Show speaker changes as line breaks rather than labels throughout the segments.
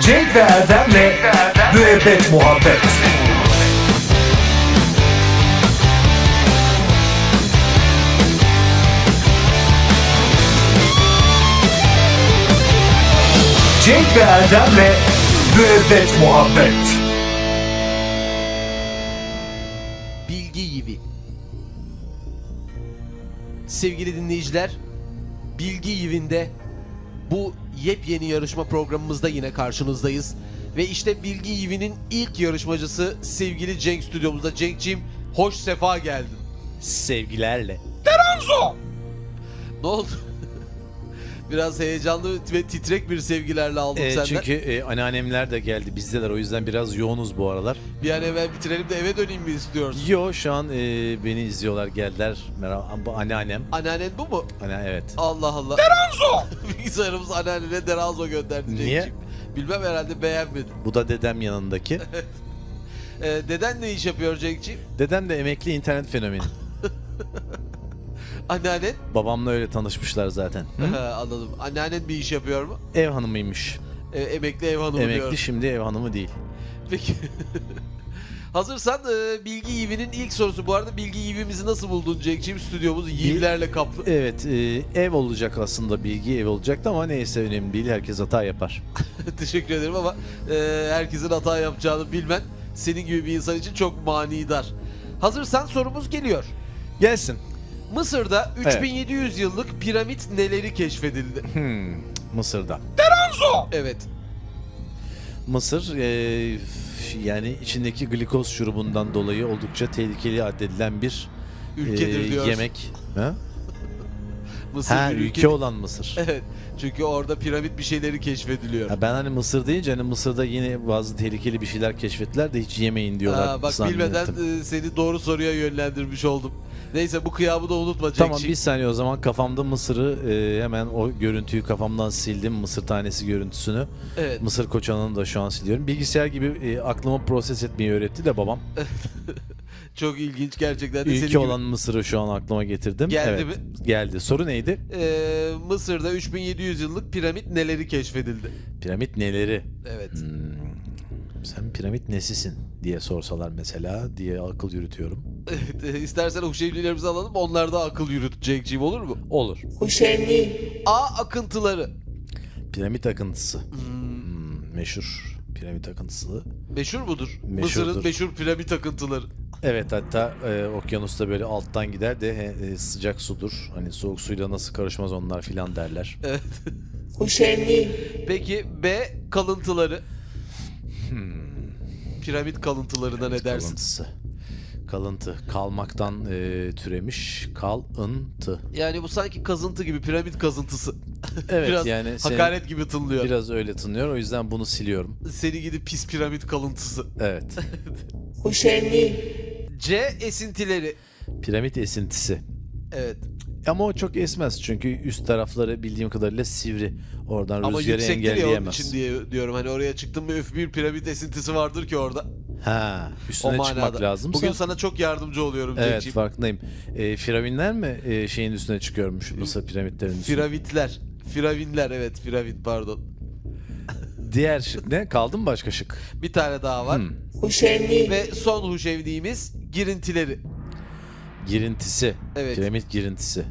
Cenk ve Erdem'le Müebbet Muhabbet Cenk ve Erdem'le Müebbet Muhabbet
bilgi gibi. Sevgili dinleyiciler, Bilgi Yivi'nde bu yepyeni yarışma programımızda yine karşınızdayız. Ve işte Bilgi Yivi'nin ilk yarışmacısı sevgili Cenk stüdyomuzda. Cenk'ciğim hoş sefa geldin.
Sevgilerle.
Ne oldu? Biraz heyecanlı ve titrek bir sevgilerle aldım
Ee,
senden.
çünkü e, anneannemler de geldi bizdeler o yüzden biraz yoğunuz bu aralar.
Bir an evvel bitirelim de eve döneyim mi istiyorsun?
Yo şu an e, beni izliyorlar geldiler. Merhaba bu anneannem.
Anneannen bu mu?
Ana evet.
Allah Allah. Deranzo! Bilgisayarımız anneannene Deranzo gönderdi
Niye?
Cenk'ciğim. Bilmem herhalde beğenmedi.
Bu da dedem yanındaki.
Ee, deden ne iş yapıyor Cenk'ciğim?
dedem de emekli internet fenomeni.
Anneannen?
Babamla öyle tanışmışlar zaten. Hı?
Ha, anladım. Anneannen bir iş yapıyor mu?
Ev hanımıymış.
Ee, emekli ev hanımı
Emekli
diyor.
şimdi ev hanımı değil.
Peki. Hazırsan e, Bilgi Yivi'nin ilk sorusu. Bu arada Bilgi Yivi'mizi nasıl buldun Cenk'ciğim? Stüdyomuz Yivi'lerle kaplı.
Evet e, ev olacak aslında bilgi ev olacaktı ama neyse önemli değil herkes hata yapar.
Teşekkür ederim ama e, herkesin hata yapacağını bilmen senin gibi bir insan için çok manidar. Hazırsan sorumuz geliyor.
Gelsin.
Mısır'da
Evet.
3700 yıllık piramit neleri keşfedildi?
Hmm, Mısır'da.
evet.
Mısır eee, f- yani içindeki glikoz şurubundan dolayı oldukça tehlikeli addedilen bir
Ülkedir
eee,
diyoruz.
Ee, yemek. Ha,
Mısır
ha
bir
ülke,
ülkedir.
olan Mısır.
Evet. Çünkü orada piramit bir şeyleri keşfediliyor.
Ya ben hani Mısır deyince hani Mısır'da yine bazı tehlikeli bir şeyler keşfettiler de hiç yemeyin diyorlar.
Aa, bak
zannettim.
bilmeden e, seni doğru soruya yönlendirmiş oldum. Neyse bu kıyabı da unutma
Tamam
Cenkçik.
bir saniye o zaman kafamda Mısır'ı eee, hemen o görüntüyü kafamdan sildim. Mısır tanesi görüntüsünü.
Evet.
Mısır koçanını da şu an siliyorum. Bilgisayar gibi eee, aklımı proses etmeyi öğretti de babam.
Çok ilginç gerçekten. de senin
Ülke
gibi-
olan Mısır'ı şu an aklıma getirdim.
Geldi
evet, Geldi. Soru neydi?
E, Mısır'da 3700 yıllık piramit neleri keşfedildi?
Piramit neleri?
Evet.
Hmm, sen piramit nesisin diye sorsalar mesela diye akıl yürütüyorum.
evet e, istersen huşevlilerimizi alalım. Onlar da akıl yürüt Cenk'ciğim olur mu?
Olur.
A akıntıları.
Piramit akıntısı. Hmm, meşhur piramit akıntısı.
Meşhur mudur?
Meşhurdur.
Mısır'ın meşhur piramit akıntıları.
Evet hatta e, okyanusta böyle alttan gider de he- e, sıcak sudur. Hani soğuk suyla nasıl karışmaz onlar filan derler.
Peki B kalıntıları.
Hmm.
Piramit kalıntılarına ne dersin?
Kalıntısı. Kalıntı. Kalmaktan e, türemiş. Kalıntı.
Yani bu sanki kazıntı gibi piramit kazıntısı.
Evet
biraz
yani senin-
hakaret gibi tınlıyor.
biraz öyle tınlıyor. O yüzden bunu siliyorum.
Seni gidip pis piramit kalıntısı.
Evet.
C esintileri.
piramit esintisi.
Evet.
Ama o çok esmez çünkü üst tarafları bildiğim kadarıyla sivri. Oradan
Ama
rüzgarı
yüksektir ya onun
engelleyemez.
için diye diyorum. Hani oraya çıktın mı öf bir piramit esintisi vardır ki orada.
Ha,
O
üstüne çıkmak
manada.
lazımsa.
Bugün sana çok yardımcı oluyorum
evet
Cenk'ciğim.
farkındayım. E, firavunlar mi e, şeyin üstüne çıkıyormuş Mısır piramitlerinin üstüne?
Firavitler. Firavinler evet firavit pardon.
Diğer şık ne? Kaldı mı başka şık?
Bir tane daha var.
Hmm.
Ve son huşevliğimiz girintileri.
Girintisi.
Evet.
Piramit girintisi.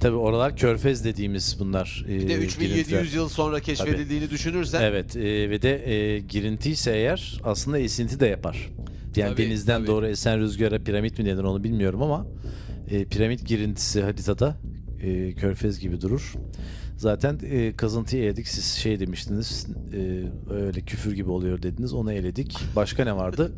Tabi oralar körfez dediğimiz bunlar. e,
Bir de
girintiler.
3700 yıl sonra keşfedildiğini düşünürsen.
Evet e, ve de e, girinti ise eğer aslında esinti de yapar. Yani
Tabii,
denizden
tabii.
doğru esen rüzgara piramit mi denir onu bilmiyorum ama e, piramit girintisi haritada e, körfez gibi durur. Zaten e, kazıntıyı eledik siz şey demiştiniz e, öyle küfür gibi oluyor dediniz onu eledik. Başka ne vardı?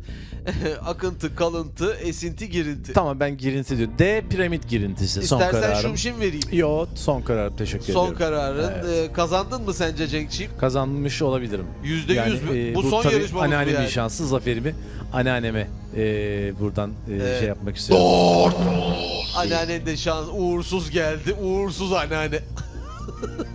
Akıntı, kalıntı, esinti, girinti.
tamam ben girinti diyorum. D piramit girintisi son
İstersen
kararım.
şumşin vereyim.
Yo son karar teşekkür
Son
ediyorum.
kararın.
Evet.
Ee, kazandın mı sence Cenkçiğim?
kazanmış olabilirim.
Yüzde yüz mü?
e,
Bu son
tabii
yarışmamız mı
anneannemin
yani?
şansı zaferimi anneanneme e, buradan e,
Evet.
şey yapmak istiyorum.
Anneannen de şans uğursuz geldi. Uğursuz anneanne.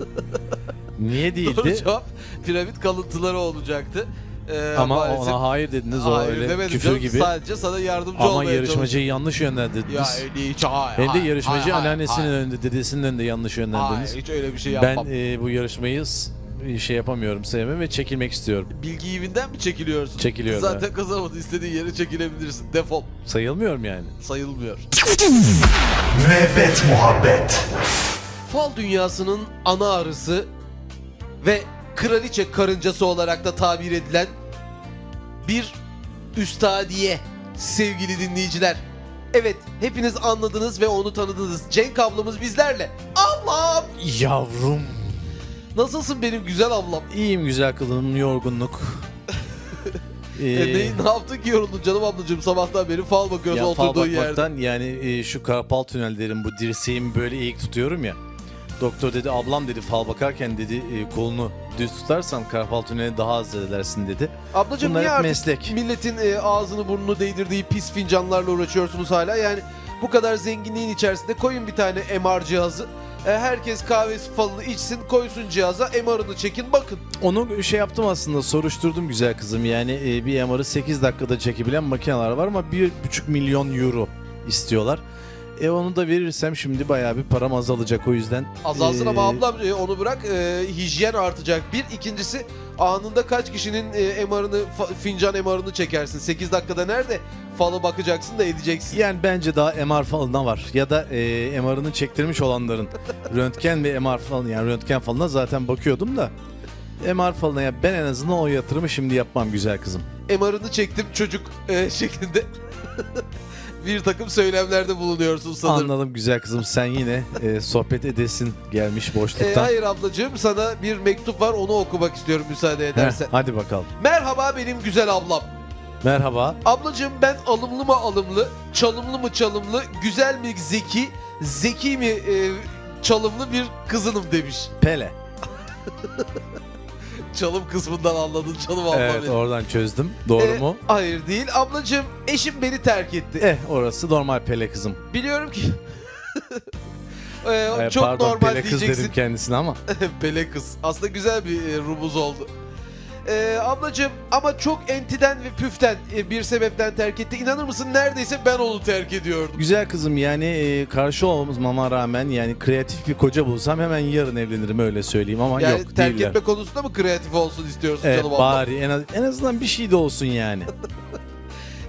Niye
Doğru
değildi?
cevap piramit kalıntıları olacaktı. Ee,
Ama
maalesef-
ona hayır dediniz o
Hayır
öyle
demedim
küfür
canım.
gibi.
Sadece sana yardımcı
Ama
olmaya çalıştım.
yarışmacıyı yanlış yönlendirdiniz.
Ya öyle hiç hayır.
Hem de
hayır,
yarışmacı
hayır, hayır,
anneannesinin
hayır.
önünde, dedesinin önünde yanlış yönlendirdiniz.
Hayır hiç öyle bir şey
ben
yapmam.
e, bu yarışmayı s- e, şey yapamıyorum, sevmem ve çekilmek istiyorum.
Bilgi evinden mi çekiliyorsun?
Çekiliyorum,
Zaten kazanamadın. istediğin yere çekilebilirsin. Defol.
Sayılmıyorum yani.
Sayılmıyor.
Müebbet muhabbet.
Fal dünyasının ana arısı ve kraliçe karıncası olarak da tabir edilen bir üstadiye sevgili dinleyiciler. Evet hepiniz anladınız ve onu tanıdınız. Cenk ablamız bizlerle. Ablam!
Yavrum.
Nasılsın benim güzel ablam?
İyiyim güzel kılığım, yorgunluk. Ee,
E, ne, ne yaptın ki yoruldun canım ablacığım sabahtan beri fal bakıyoruz
ya fal
oturduğun yerde.
bakmaktan yani e, şu karpal tünellerin bu dirseğimi böyle eğik tutuyorum ya. Doktor dedi ablam dedi fal bakarken dedi "e, kolunu düz tutarsan karpal tüneli daha az edersin dedi.
Ablacığım
Bunlar
niye
hep
artık
meslek.
milletin e, ağzını burnunu değdirdiği pis fincanlarla uğraşıyorsunuz hala? Yani bu kadar zenginliğin içerisinde koyun bir tane MR cihazı. E, herkes kahvesi falını içsin, koysun cihaza, MR'ını çekin bakın.
Onu şey yaptım aslında soruşturdum güzel kızım. Yani e, bir MR'ı 8 dakikada çekebilen makineler var ama 1,5 milyon euro istiyorlar. E onu da verirsem şimdi bayağı bir param azalacak o yüzden.
Azalsın
e,
ama ablam e, onu bırak e, hijyen artacak. Bir ikincisi anında kaç kişinin e, MR'ını, fa- fincan MR'ını çekersin. 8 dakikada nerede falı bakacaksın da edeceksin.
Yani bence daha MR falına var. Ya da e, MR'ını çektirmiş olanların röntgen ve MR falına yani röntgen falına zaten bakıyordum da MR falına ya ben en azından o yatırımı şimdi yapmam güzel kızım.
MR'ını çektim çocuk e, şeklinde bir takım söylemlerde bulunuyorsun sanırım.
Anladım güzel kızım sen yine e, sohbet edesin gelmiş
E,
boşluktan.
hayır ablacığım sana bir mektup var onu okumak istiyorum müsaade
Heh,
edersen.
hadi bakalım.
Merhaba benim güzel ablam.
Merhaba.
Ablacığım ben alımlı mı alımlı, çalımlı mı çalımlı, güzel mi zeki, zeki mi e, çalımlı bir kızınım demiş.
Pele.
Çalım kısmından anladın çalım ablam.
Evet
benim.
oradan çözdüm. Doğru
E,
mu?
Hayır değil. Ablacığım eşim beni terk etti.
Eh orası normal Pele kızım.
Biliyorum ki... E,
Eh,
çok
pardon
normal
Pele kız
diyeceksin.
dedim kendisine ama.
Pele kız. Aslında güzel bir e, rumuz oldu. Ee, ablacığım ama çok entiden ve püften e, bir sebepten terk etti. İnanır mısın neredeyse ben onu terk ediyordum.
Güzel kızım yani e, karşı olmama rağmen yani kreatif bir koca bulsam hemen yarın evlenirim öyle söyleyeyim ama
Yani
yok
terk
değiller.
etme konusunda mı kreatif olsun istiyorsun
Evet,
canım abla?
bari en, az- en azından bir şey de olsun yani.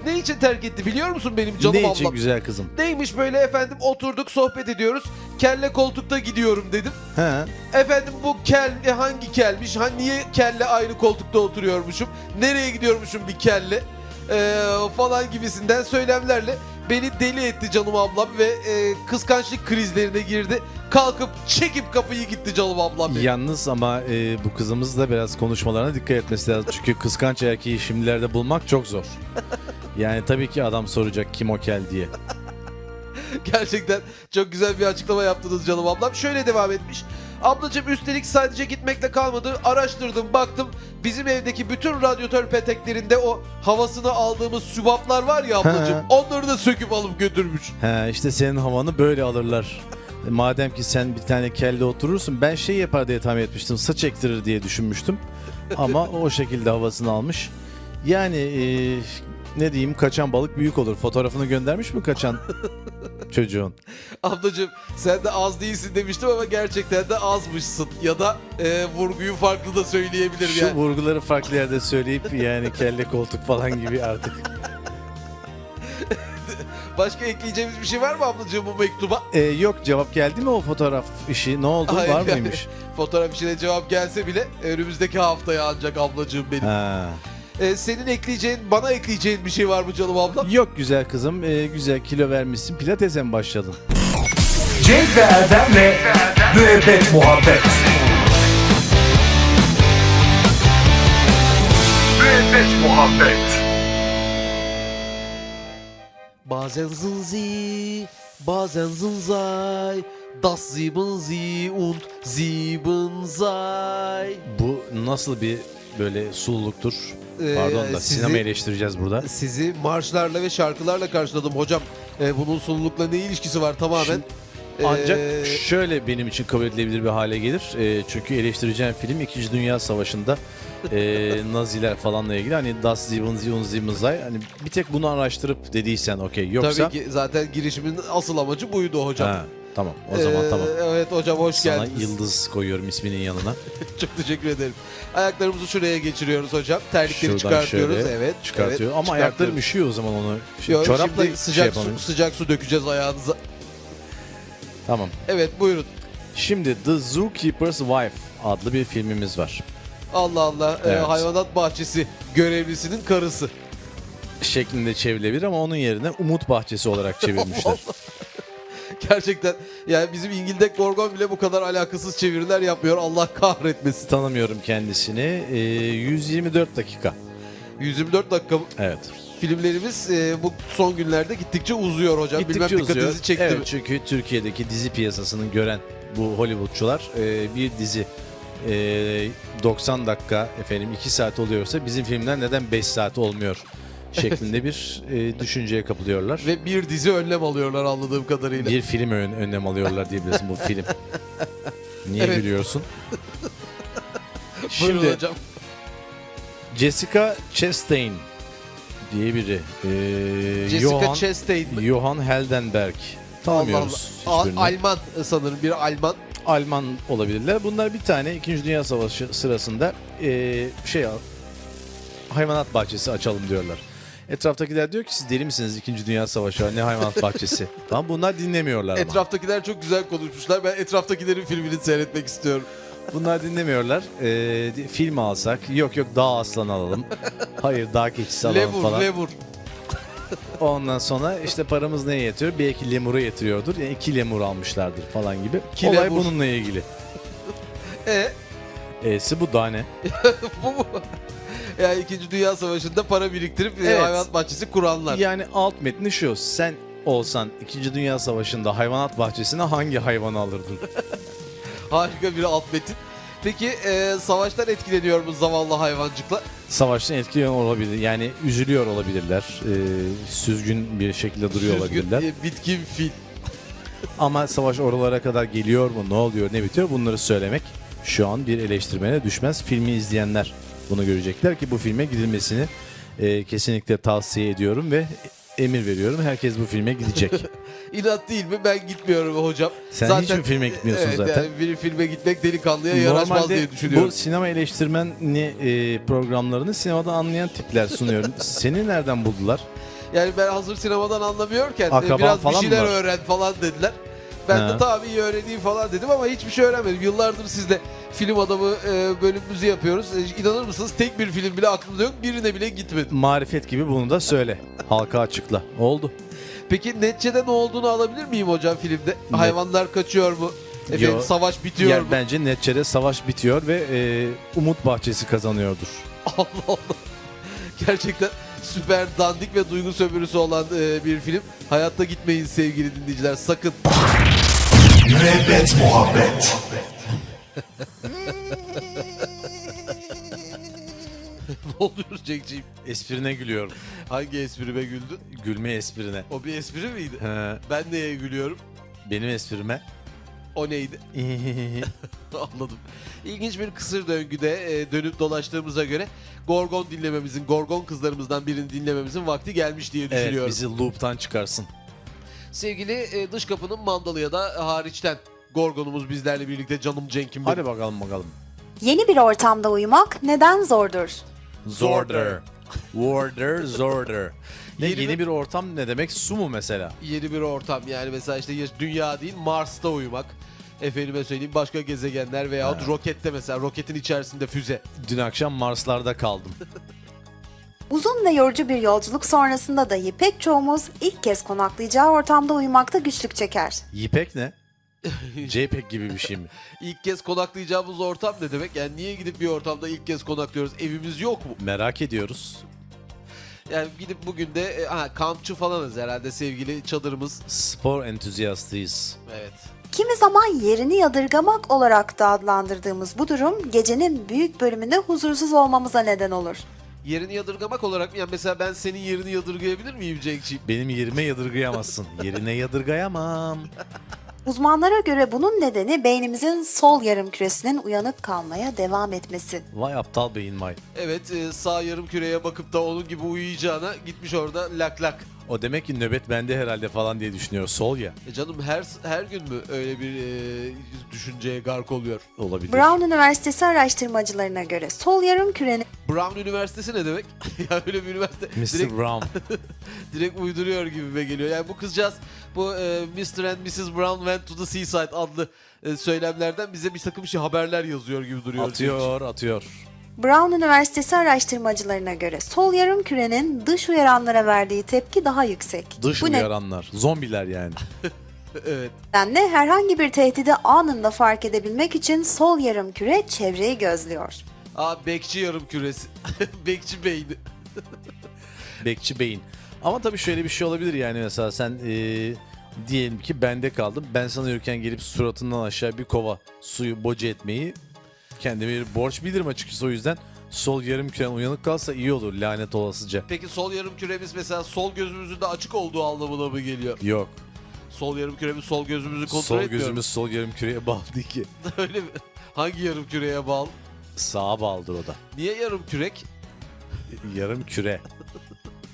Ne için terk etti biliyor musun benim canım
ne
ablam?
için güzel kızım?
Neymiş böyle efendim oturduk sohbet ediyoruz. Kelle koltukta gidiyorum dedim.
He.
Efendim bu kelle hangi kelmiş? Ha, niye kelle aynı koltukta oturuyormuşum? Nereye gidiyormuşum bir kelle? Ee, falan gibisinden söylemlerle beni deli etti canım ablam ve e, kıskançlık krizlerine girdi. Kalkıp çekip kapıyı gitti canım ablam benim.
Yalnız ama e, bu kızımız da biraz konuşmalarına dikkat etmesi lazım. Çünkü kıskanç erkeği şimdilerde bulmak çok zor. Yani tabii ki adam soracak kim o kel diye.
Gerçekten çok güzel bir açıklama yaptınız canım ablam. Şöyle devam etmiş. Ablacığım üstelik sadece gitmekle kalmadı. Araştırdım baktım. Bizim evdeki bütün radyatör peteklerinde o havasını aldığımız sübaplar var ya ablacığım.
He.
onları da söküp alıp götürmüş.
He işte senin havanı böyle alırlar. E, Madem ki sen bir tane kelle oturursun ben şey yapar diye tahmin etmiştim. Saç ektirir diye düşünmüştüm. Ama o şekilde havasını almış. Yani e, ne diyeyim kaçan balık büyük olur. Fotoğrafını göndermiş mi kaçan çocuğun?
Ablacığım sen de az değilsin demiştim ama gerçekten de azmışsın. Ya da e, vurguyu farklı da söyleyebilir
Şu
yani.
vurguları farklı yerde söyleyip yani kelle koltuk falan gibi artık.
Başka ekleyeceğimiz bir şey var mı ablacığım bu mektuba?
E, yok cevap geldi mi o fotoğraf işi? Ne oldu?
Hayır,
Var
yani.
mıymış?
Fotoğraf işine cevap gelse bile önümüzdeki haftaya ancak ablacığım benim.
Ha.
Ee, senin ekleyeceğin, bana ekleyeceğin bir şey var mı canım ablam?
Yok güzel kızım. e, güzel kilo vermişsin. Pilatese mi başladın?
Cenk ve Erdem'le Müebbet muhabbet. Müebbet muhabbet.
Bazen zınzi, bazen zınzay, das sieben sie und sieben sei.
Bu nasıl bir böyle sululuktur?
Ee,
Pardon da
sizi-
sinema eleştireceğiz burada.
Sizi marşlarla ve şarkılarla karşıladım hocam. Ee, bunun sunulukla ne ilişkisi var tamamen?
Ancak
Ee,
şöyle benim için kabul edilebilir bir hale gelir. Ee, çünkü eleştireceğim film 2. Dünya Savaşı'nda e, Naziler falanla ilgili hani Das Sieben Sieben Sieben Sei hani bir tek bunu araştırıp dediysen okey yoksa
Tabii ki zaten girişimin asıl amacı buydu hocam.
Ha. Tamam o zaman
Ee,
tamam.
Evet hocam hoş
Sana
geldiniz.
yıldız koyuyorum isminin yanına.
Çok teşekkür ederim. Ayaklarımızı şuraya geçiriyoruz hocam. Terlikleri
Şuradan
çıkartıyoruz.
şöyle
evet.
Çıkartıyor.
evet,
Ama ayaklarım
çıkartıyoruz.
üşüyor o zaman onu. Şimdi
Yok,
çorapla
şimdi
şey
sıcak su,
yapamıyorum.
sıcak su dökeceğiz ayağınıza.
Tamam.
Evet buyurun.
Şimdi The Zookeeper's Wife adlı bir filmimiz var.
Allah Allah. e,
Evet.
hayvanat bahçesi görevlisinin karısı.
Şeklinde çevrilebilir ama onun yerine Umut Bahçesi olarak çevirmişler.
Oh. Gerçekten yani bizim İngildek Gorgon bile bu kadar alakasız çeviriler yapmıyor. Allah kahretmesin.
Tanımıyorum kendisini. Ee, 124 dakika.
124 dakika
Evet.
filmlerimiz e, bu son günlerde gittikçe uzuyor hocam. Bilmem
Gittikçe uzuyor.
dikkatinizi çekti
evet,
mi?
Çünkü Türkiye'deki dizi piyasasını gören bu Hollywoodçular e, bir dizi e, 90 dakika efendim 2 saat oluyorsa bizim filmler neden 5 saat olmuyor şeklinde bir e, düşünceye kapılıyorlar.
Ve bir dizi önlem alıyorlar anladığım kadarıyla.
bir film ön- önlem alıyorlar diyebilirsin bu film. Niye
Evet.
gülüyorsun?
Buyurun
Şimdi
hocam.
Jessica Chastain diye biri. E,
Jessica
Johan,
Chastain. mi?
Johan Heldenberg. Tanımıyoruz.
Allah Allah.
hiçbirini.
Al- Alman sanırım bir Alman.
Alman olabilirler. Bunlar bir tane 2. Dünya Savaşı sırasında eee, şey al- hayvanat bahçesi açalım diyorlar. Etraftakiler diyor ki siz deli misiniz 2. Dünya Savaşı var, ne hayvanat bahçesi. tamam bunlar dinlemiyorlar ama.
Etraftakiler çok güzel konuşmuşlar. Ben etraftakilerin filmini seyretmek istiyorum.
Bunlar dinlemiyorlar. Eee, di- film alsak yok yok dağ aslanı alalım. Hayır dağ keçisi alalım
Lemur,
falan.
lemur.
Ondan sonra işte paramız neye yetiyor? Belki lemuru yetiyordur. Yani iki lemur almışlardır falan gibi.
İki
Olay
lemur.
bununla ilgili.
E,
E'si bu daha ne?
bu mu? Yani İkinci Dünya Savaşı'nda para biriktirip e,
Evet.
hayvanat bahçesi kuranlar.
Yani alt metni şu. Sen olsan 2. Dünya Savaşı'nda hayvanat bahçesine hangi hayvanı alırdın?
Harika bir alt metin. Peki e, savaştan etkileniyor mu zavallı hayvancıklar?
Savaştan etkileniyor olabilir. Yani üzülüyor olabilirler. Ee, süzgün bir şekilde duruyor
Süzgün,
olabilirler.
e, bitkin fil.
Ama savaş oralara kadar geliyor mu? Ne oluyor? Ne bitiyor? Bunları söylemek şu an bir eleştirmene düşmez. Filmi izleyenler bunu görecekler ki bu filme gidilmesini e, kesinlikle tavsiye ediyorum ve emir veriyorum. Herkes bu filme gidecek.
İnat değil mi? Ben gitmiyorum hocam.
Sen hiçbir filme gitmiyorsun
Evet,
zaten.
yani bir filme gitmek delikanlıya yaraşmaz diye düşünüyorum.
bu sinema eleştirmeni e, programlarını sinemada anlayan tipler sunuyorum. Seni nereden buldular?
Yani ben hazır sinemadan anlamıyorken e,
Akraban
biraz
falan
bir
mı
şeyler
var?
öğren falan dediler. Ben
Ha.
de tabii iyi öğreneyim falan dedim ama hiçbir şey öğrenmedim. Yıllardır sizle film adamı e, bölümümüzü yapıyoruz. E, inanır mısınız tek bir film bile aklımda yok. Birine bile gitmedim.
Marifet gibi bunu da söyle. Halka açıkla. Oldu.
Peki neticede ne olduğunu alabilir miyim hocam filmde? Hayvanlar kaçıyor mu? Efendim
Yo.
savaş bitiyor
yani
mu?
bence neticede savaş bitiyor ve e, Umut Bahçesi kazanıyordur.
Allah Allah. Gerçekten süper dandik ve duygu sömürüsü olan e, bir film. Hayatta gitmeyin sevgili dinleyiciler sakın.
Müebbet muhabbet.
ne oluyor Cenk'ciğim?
Esprine gülüyorum.
Hangi esprime güldün?
Gülme esprine.
O bir espri miydi?
He,
Ben neye gülüyorum?
benim esprime.
O neydi? Anladım. İlginç bir kısır döngüde e, dönüp dolaştığımıza göre Gorgon dinlememizin, Gorgon kızlarımızdan birini dinlememizin vakti gelmiş diye
evet
düşünüyorum.
bizi loop'tan çıkarsın.
Sevgili e, dış kapının mandalı ya da hariçten Gorgon'umuz bizlerle birlikte canım Cenk'im benim.
Hadi bakalım bakalım.
Yeni bir ortamda uyumak neden zordur?
Zorder. Warder, zorder. Ne,
Yeni
yeni
bir-
bir ortam ne demek? Su mu mesela?
Yeni bir ortam yani mesela işte yaş- dünya değil Mars'ta uyumak. Efendime söyleyeyim başka gezegenler veyahut rokette mesela roketin içerisinde füze.
Dün akşam Marslarda kaldım.
Uzun ve yorucu bir yolculuk sonrasında dahi pek çoğumuz ilk kez konaklayacağı ortamda uyumakta güçlük çeker.
JPEG ne? JPEG gibi bir şey mi?
İlk kez konaklayacağımız ortam ne demek? Yani niye gidip bir ortamda ilk kez konaklıyoruz? Evimiz yok mu?
Merak ediyoruz.
Yani gidip bugün de e, ha, kampçı falanız herhalde sevgili çadırımız.
Spor entüziyastıyız.
Evet.
Kimi zaman yerini yadırgamak olarak da adlandırdığımız bu durum gecenin büyük bölümünde huzursuz olmamıza neden olur.
Yerini yadırgamak olarak mı? Yani mesela ben senin yerini yadırgayabilir miyim Cenk'ciğim?
Benim yerime yadırgayamazsın. Yerine yadırgayamam.
Uzmanlara göre bunun nedeni beynimizin sol yarım küresinin uyanık kalmaya devam etmesi.
Vay aptal beyin vay.
Evet e, sağ yarım küreye bakıp da onun gibi uyuyacağına gitmiş orada lak lak.
O demek ki nöbet bende herhalde falan diye düşünüyor. Sol ya.
E canım her her gün mü öyle bir e, düşünceye gark oluyor?
Olabilir.
Brown Üniversitesi araştırmacılarına göre sol yarım kürenin
Brown Üniversitesi ne demek? ya öyle bir üniversite.
Mr.
Direkt,
Brown.
direkt uyduruyor gibime geliyor. Yani bu kızcağız bu e, Mr. and Mrs. Brown went to the seaside adlı e, söylemlerden bize bir takım şey haberler yazıyor gibi duruyor.
atıyor, atıyor.
Brown Üniversitesi araştırmacılarına göre sol yarım kürenin dış uyaranlara verdiği tepki daha yüksek.
Dış
Bu
uyaranlar. Zombiler yani.
Evet.
nedenle herhangi bir tehdidi anında fark edebilmek için sol yarım küre çevreyi gözlüyor.
Aa bekçi yarım küresi. bekçi beyni.
Bekçi beyin. Ama tabii şöyle bir şey olabilir yani mesela sen eee, diyelim ki bende kaldım. Ben sana yürürken gelip suratından aşağı bir kova suyu boca etmeyi kendime bir borç bilirim açıkçası. O yüzden sol yarım küren uyanık kalsa iyi olur lanet olasıca.
Peki sol yarım küremiz mesela sol gözümüzün de açık olduğu anlamına mı geliyor?
Yok.
Sol yarım küremiz sol gözümüzü kontrol
sol
etmiyor.
gözümüz sol yarım küreye bağlı değil ki.
mu? Öyle mi? Hangi yarım küreye bağlı?
Sağa bağlıdır o da.
Niye yarım kürek?
Yarım küre.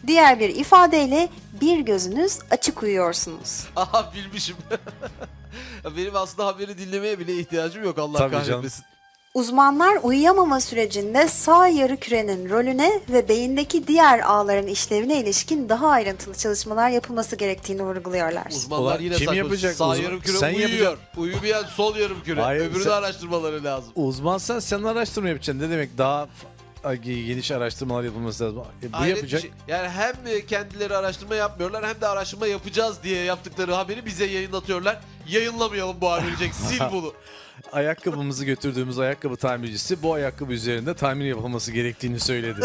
Diğer bir ifadeyle bir gözünüz açık uyuyorsunuz.
Aha bilmişim. Ya Benim aslında haberi dinlemeye bile ihtiyacım yok Allah
Tabii canım.
kahretmesin.
Uzmanlar uyuyamama sürecinde sağ yarı kürenin rolüne ve beyindeki diğer ağların işlevine ilişkin daha ayrıntılı çalışmalar yapılması gerektiğini vurguluyorlar.
Uzmanlar
Ulan
yine
kim
saklı.
yapacak?
Sağ
Uzman-
yarım küre
sen
uyuyor.
yapacaksın.
Uyumayan sol yarım küre.
Hayır,
Öbürünü
sen-
araştırmaları lazım.
Uzmansan sen araştırma yapacaksın. Ne demek daha f- geniş araştırmalar yapılması lazım. E, bu
Hayret bir
yapacak.
şey. Yani hem e, kendileri araştırma yapmıyorlar hem de araştırma yapacağız diye yaptıkları haberi bize yayınlatıyorlar. Yayınlamayalım bu haberi diyecek. Sil bunu.
ayakkabımızı götürdüğümüz ayakkabı tamircisi bu ayakkabı üzerinde tamir yapılması gerektiğini söyledi.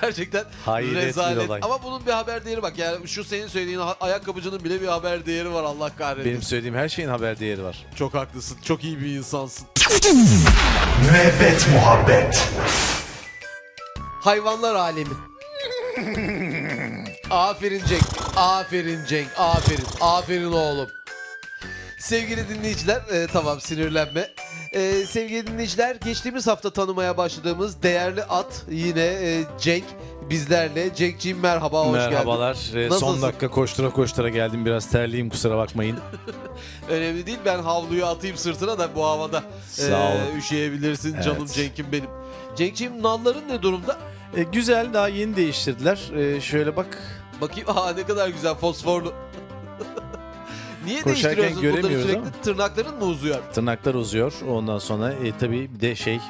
Gerçekten
Hayret bir
rezalet.
olay.
Ama bunun bir haber değeri bak. Yani şu senin söylediğin ha- ayakkabıcının bile bir haber değeri var Allah kahretsin.
Benim söylediğim her şeyin haber değeri var.
Çok haklısın. Çok iyi bir insansın.
Müebbet muhabbet.
Hayvanlar alemi. aferin Cenk. Aferin Cenk. Aferin. Aferin oğlum. Sevgili dinleyiciler, e, tamam sinirlenme. E, sevgili dinleyiciler, geçtiğimiz hafta tanımaya başladığımız değerli at yine e, Cenk bizlerle. Cenk'ciğim merhaba, hoş geldin.
Merhabalar. Ee,
Nasılsın?
Son dakika koştura koştura geldim. Biraz terliyim kusura bakmayın.
Önemli değil, ben havluyu atayım sırtına da bu havada e,
Sağ olun.
üşüyebilirsin
Evet.
canım Cenk'im benim. Cenk'ciğim nalların ne durumda?
E, güzel daha yeni değiştirdiler. E, şöyle bak.
Bakayım aha ne kadar güzel fosforlu. Niye
Koşarken
değiştiriyorsunuz bunları
göremiyoruz
sürekli?
ama.
Tırnakların mı uzuyor?
Tırnaklar uzuyor. Ondan sonra e, tabii bir de şey. e,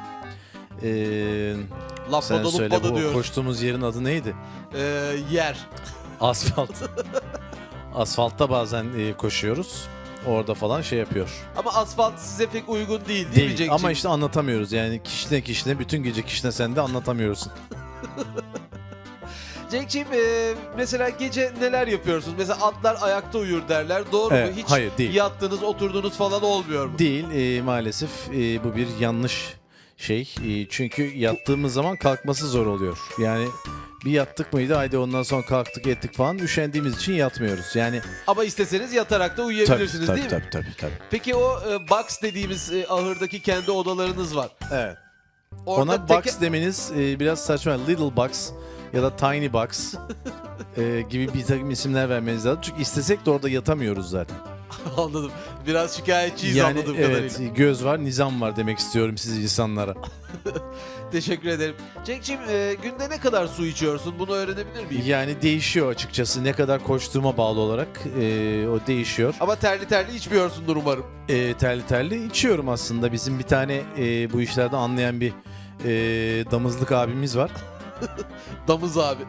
sen
Lappada
söyle
lupada
bu
diyor.
koştuğumuz yerin adı neydi?
Ee, yer.
Asfalt. Asfaltta bazen e, koşuyoruz. Orada falan şey yapıyor.
Ama asfalt size pek uygun değil değil, mi
Değil
Cenk'ciğim?
ama işte anlatamıyoruz yani kişine kişine bütün gece kişine sen de anlatamıyorsun.
Cenk'ciğim e, mesela gece neler yapıyorsunuz? Mesela atlar ayakta uyur derler. Doğru
Evet,
mu? Hiç
hayır, değil.
yattınız oturdunuz falan olmuyor mu?
Değil e, maalesef e, bu bir yanlış şey E, çünkü yattığımız zaman kalkması zor oluyor. Yani bir yattık mıydı haydi ondan sonra kalktık ettik falan üşendiğimiz için yatmıyoruz. Yani
Ama isteseniz yatarak da
tabii
uyuyabilirsiniz
tabii,
değil mi?
tabii, tabii, tabii.
Peki o e, box dediğimiz e, ahırdaki kendi odalarınız var.
Evet.
Orada
Ona
teke-
box demeniz e, biraz saçma little box ya da tiny box e, gibi bir takım isimler vermeniz lazım. Çünkü istesek de orada yatamıyoruz zaten.
anladım. Biraz şikayetçiyiz anladığım kadarıyla.
evet göz var nizam var demek istiyorum siz insanlara.
Teşekkür ederim. Cenk'ciğim e, günde ne kadar su içiyorsun? Bunu öğrenebilir miyim?
Yani değişiyor açıkçası ne kadar koştuğuma bağlı olarak e, o değişiyor.
Ama terli terli içmiyorsundur umarım.
E, terli terli içiyorum aslında bizim bir tane e, bu işlerde anlayan bir e, damızlık abimiz var.
Damız abi.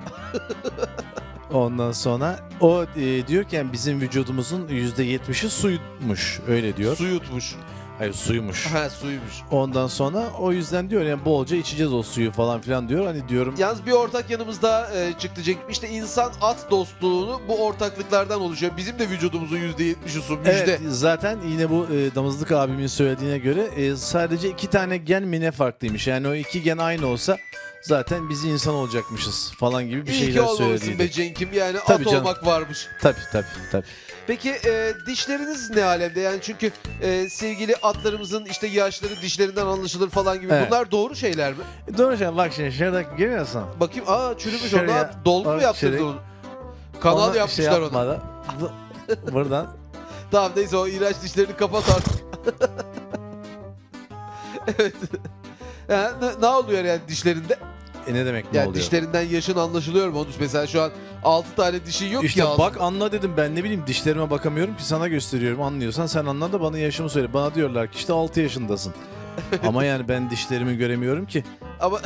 Ondan sonra o e, diyor ki yani bizim vücudumuzun %70'i suymuş öyle diyor.
Su yutmuş.
Hayır suymuş.
Ha suymuş.
Ondan sonra o yüzden diyor yani bolca içeceğiz o suyu falan filan diyor. Hani diyorum
Yalnız bir ortak yanımızda e, çıktı Cenk'im. İşte insan at dostluğunu bu ortaklıklardan oluşuyor. Bizim de vücudumuzun %70'i su. Müjde.
Evet zaten yine bu e, damızlık abimin söylediğine göre e, sadece iki tane gen mi ne farklıymış. Yani o iki gen aynı olsa zaten biz insan olacakmışız falan gibi bir
İyi ki
şeyler
olmamışsın be
söylediydi.
Cenk'im. Yani
Tabii
at
canım.
olmak varmış.
Tabii tabii tabii.
Peki e, dişleriniz ne alemde? Yani çünkü e, sevgili atlarımızın işte yaşları dişlerinden anlaşılır falan gibi.
Evet.
Bunlar doğru şeyler mi?
E, Doğru şey bak şimdi şuradaki görüyorsun.
Bakayım aa çürümüş
Şuraya
ona dolgu mu
Şey bak,
yaptırdı
şuraya.
onu? Kanal
Onu şey
yapmışlar ona.
yapmadan- Bu- Buradan
Tamam neyse o iğrenç dişlerini kapat artık. evet. Ha, ne, ne oluyor yani dişlerinde?
e ne demek ne
Yani
oluyor?
dişlerinden yaşın anlaşılıyor mu? Onur? Mesela şu an 6 tane dişi yok
İşte
ya. ağzında.
bak anla dedim ben ne bileyim dişlerime bakamıyorum ki sana gösteriyorum anlıyorsan sen anla da bana yaşımı söyle. Bana diyorlar ki işte 6 yaşındasın. Ama yani ben dişlerimi göremiyorum ki.
Ama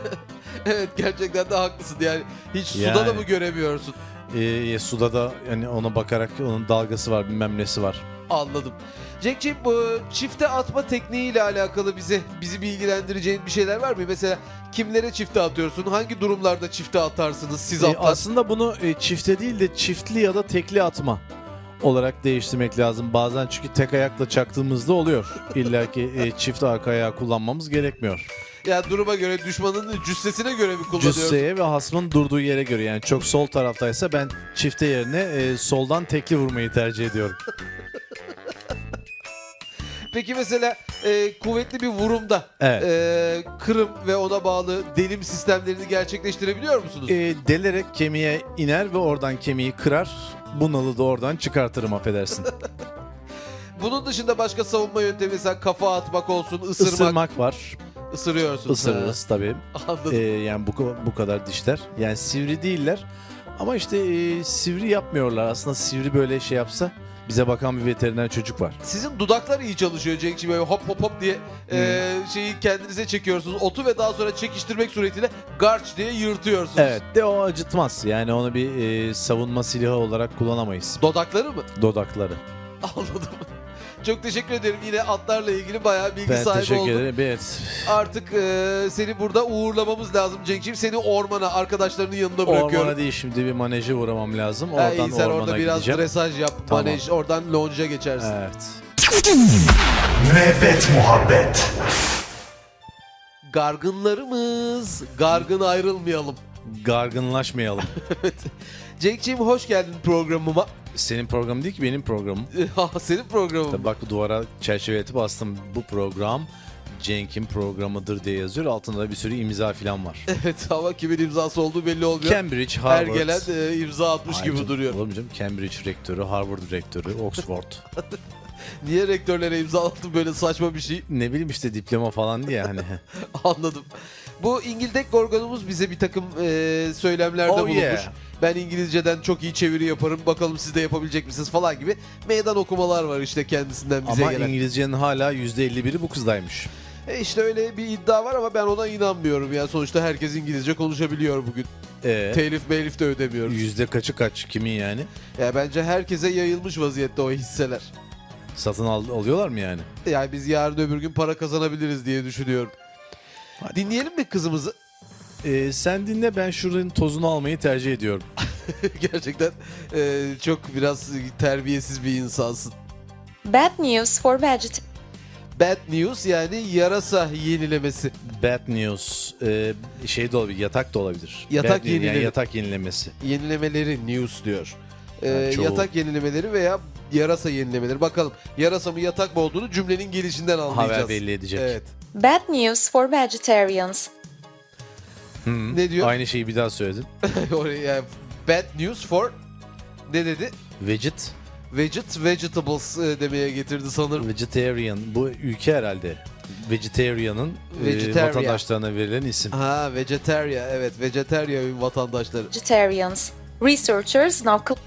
evet gerçekten de haklısın yani. Hiç suda da
Yani.
mı göremiyorsun?
Ee, suda da yani ona bakarak onun dalgası var bilmem nesi var.
Anladım. Cenk'ciğim bu e, çifte atma tekniğiyle alakalı bizi bizi bilgilendireceğin bir şeyler var mı? Mesela kimlere çifte atıyorsun? Hangi durumlarda çifte atarsınız? Siz
Ee,
atlar.
aslında bunu e, çifte değil de çiftli ya da tekli atma olarak değiştirmek lazım. Bazen çünkü tek ayakla çaktığımızda oluyor. İlla ki e, çift arka ayağı kullanmamız gerekmiyor.
yani duruma göre düşmanın cüssesine göre mi kullanıyorsun?
Cüsseye ve hasmın durduğu yere göre yani çok sol taraftaysa ben çifte yerine e, soldan tekli vurmayı tercih ediyorum.
Peki mesela e, kuvvetli bir vurumda
Evet.
e, Kırım ve ona bağlı delim sistemlerini gerçekleştirebiliyor musunuz?
E, delerek kemiğe iner ve oradan kemiği kırar. Bunalı da oradan çıkartırım affedersin.
Bunun dışında başka savunma yöntemi mesela kafa atmak olsun, ısırmak,
Isırmak var.
ısırıyorsun.
Isırırız tabii.
Ha, Anladım.
E, yani bu, ka- bu kadar dişler. Yani sivri değiller. Ama işte e, sivri yapmıyorlar. Aslında sivri böyle şey yapsa bize bakan bir veteriner çocuk var.
Sizin dudaklar iyi çalışıyor Cenk'ciğim. Böyle hop hop hop diye e,
Hmm.
şeyi kendinize çekiyorsunuz. Otu ve daha sonra çekiştirmek suretiyle garç diye yırtıyorsunuz.
Evet de o acıtmaz. Yani onu bir e, savunma silahı olarak kullanamayız.
Dodakları mı?
Dodakları.
Anladım. Çok teşekkür ederim. Yine atlarla ilgili bayağı bilgi
Ben
sahibi
teşekkür
oldum.
ederim. Evet.
Artık e, seni burada uğurlamamız lazım Cenk'ciğim. Seni ormana, arkadaşlarının yanına bırakıyorum.
Ormana değil şimdi bir maneje uğramam lazım.
Ha,
Oradan
iyi, sen
ormana
orada biraz
gideceğim.
dresaj yap,
Tamam.
manej, oradan lonca geçersin.
Evet.
Müebbet muhabbet.
Gargınlarımız, gargın ayrılmayalım.
Gargınlaşmayalım.
Cenk'ciğim hoş geldin programıma.
Senin programın değil ki benim programım.
Ha, Senin programın.
Tabii bak duvara çerçeve etip bastım. Bu program Cenk'in programıdır diye yazıyor. Altında da bir sürü imza falan var.
Evet ama kimin imzası olduğu belli olmuyor.
Cambridge,
Her
Harvard.
gelen e, imza atmış
Ay
gibi
canım,
duruyor.
Oğlum canım Cambridge rektörü, Harvard rektörü, Oxford.
Niye rektörlere imza attın böyle saçma bir şey?
ne bileyim işte diploma falan diye hani.
Anladım. Bu İngildek organımız bize bir takım e, söylemlerde
Oh
bulunmuş.
yeah.
Ben İngilizceden çok iyi çeviri yaparım. Bakalım siz de yapabilecek misiniz falan gibi meydan okumalar var işte kendisinden bize
Ama
gelen.
İngilizcenin hala %51'i bu kızdaymış.
E işte öyle bir iddia var ama ben ona inanmıyorum ya. Sonuçta herkes İngilizce konuşabiliyor bugün.
Ee,
Telif melif de ödemiyoruz.
yüzde kaçı kaç kimin yani?
Ya bence herkese yayılmış vaziyette o hisseler.
Satın al- alıyorlar mı yani?
Yani biz yarın öbür gün para kazanabiliriz diye düşünüyorum.
Hadi.
Dinleyelim mi kızımızı?
Ee, sen dinle ben şuranın tozunu almayı tercih ediyorum.
Gerçekten e, çok biraz terbiyesiz bir insansın.
Bad news for veget-
Bad news yani yarasa yenilemesi.
Bad news ee, şey de olabilir yatak da olabilir.
Yatak
Bad news, yani
yenileme.
yatak yenilemesi.
Yenilemeleri news diyor. E,
Ha, çoğu.
yatak yenilemeleri veya yarasa yenilemeleri. Bakalım yarasa mı yatak mı olduğunu cümlenin gelişinden anlayacağız.
Haber belli edecek.
Evet.
Bad news for vegetarians.
Hı.
Ne diyor?
Aynı şeyi bir daha söyledin.
Oraya bad news for ne dedi?
Veget,
Veget vegetables e, demeye getirdi sanırım.
vegetarian bu ülke herhalde. Vegetarian'ın ee,
Vegetarian. Ah.
vatandaşlarına verilen isim.
Ha vegetarya evet vegetarya vatandaşları.
Vegetarians. Researchers now cl-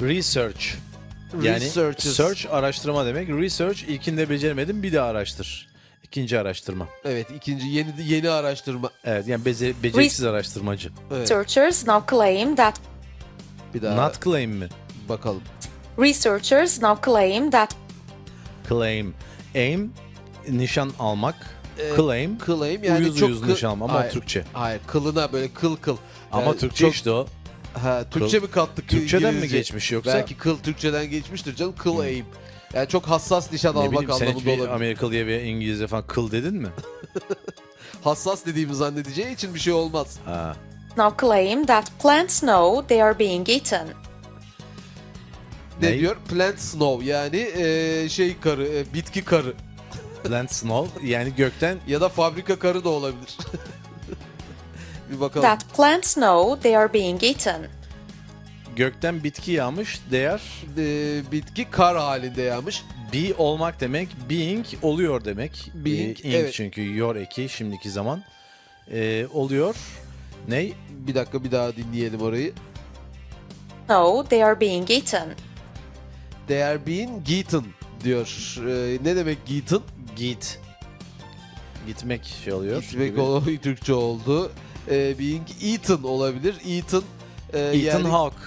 Research. Yani
Researchers.
search araştırma demek. Research ilkinde beceremedin bir de araştır. İkinci araştırma.
Evet ikinci yeni yeni araştırma.
Evet yani beze- beceriksiz araştırmacı.
Evet,
researchers now claim that
bir daha
Not claim mi?
bakalım.
researchers now claim that
Claim. Aim nişan almak.
Ee,
claim.
Claim yani
uyuz
çok
uyuz
kı-
nişan alma ama
Hayır,
Türkçe.
Hayır kılına böyle kıl kıl.
Ama
Yani
Türkçe
çok-
işte o.
Ha, Türkçe mi kattık?
Türkçeden mi
İngilizce?
geçmiş yoksa? Hmm.
Belki kıl Türkçeden geçmiştir canım kıl aim. Yani çok hassas nişan
ne
almak
bileyim sen
anlamında
hiçbir
olabilir.
Amerikalıya veya İngilizce falan kıl dedin mi?
Hassas dediğimi zannedeceği için bir şey olmaz.
Ha.
now claim that plants know they are being eaten.
Ne,
Ney?
diyor? Plant snow yani e, şey karı, e, bitki karı
Plant snow yani gökten
ya da fabrika karı da olabilir. bir bakalım.
That plants know they are being eaten.
gökten bitki yağmış, değer
Ee, bitki kar halinde yağmış.
be olmak demek, being oluyor demek. Ee,
Being,
ing
evet.
çünkü your eki şimdiki zaman. Ee, oluyor. Ney?
Bir dakika bir daha dinleyelim orayı.
No, they are being eaten.
They are being Geaton diyor. Ee, ne demek Geaton?
Git. Gitmek şey oluyor.
Gitmek
gibi.
o Türkçe oldu. Ee, being Eaton olabilir. Eaton e,
Ethan
yani-
Hawke.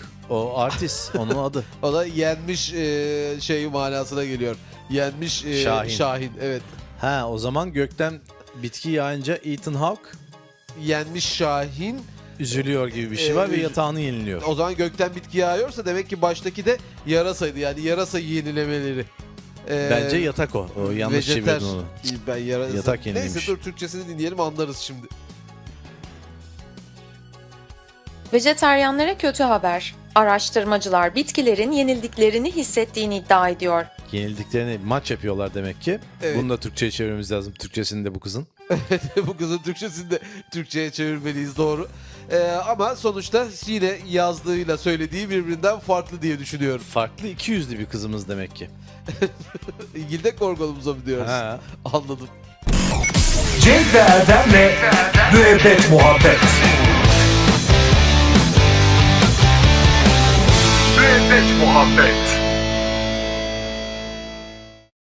O artist. Onun adı.
O da yenmiş e, şey manasına geliyor. Yenmiş e,
Şahin.
Şahin. Evet.
Ha o zaman gökten bitki yağınca Ethan Hawke
Yenmiş Şahin.
üzülüyor gibi bir
Ee,
şey var ve
üzü-
yatağını yeniliyor.
O zaman gökten bitki yağıyorsa demek ki baştaki de yarasaydı. Yani yarasa yenilemeleri. Ee,
Bence yatak o. o yanlış şey
vejeter.
çevirdin onu.
Ben yara...
Yatak yenilmiş.
Neyse dur Türkçesini dinleyelim anlarız şimdi.
Vejeteryanlara kötü haber. Araştırmacılar bitkilerin yenildiklerini hissettiğini iddia ediyor.
Yenildiklerini maç yapıyorlar demek ki.
Evet.
Bunu da Türkçe'ye çevirmemiz lazım. Türkçesini de bu kızın.
Bu kızın Türkçesini de Türkçe'ye çevirmeliyiz doğru. Ee, ama sonuçta yine yazdığıyla söylediği birbirinden farklı diye düşünüyorum.
Farklı iki yüzlü bir kızımız demek ki.
İlgili korkunumuza mı diyoruz?
Ha.
Anladım.
Cenk ve Erdem'le Müebbet Muhabbet Müebbet Muhabbet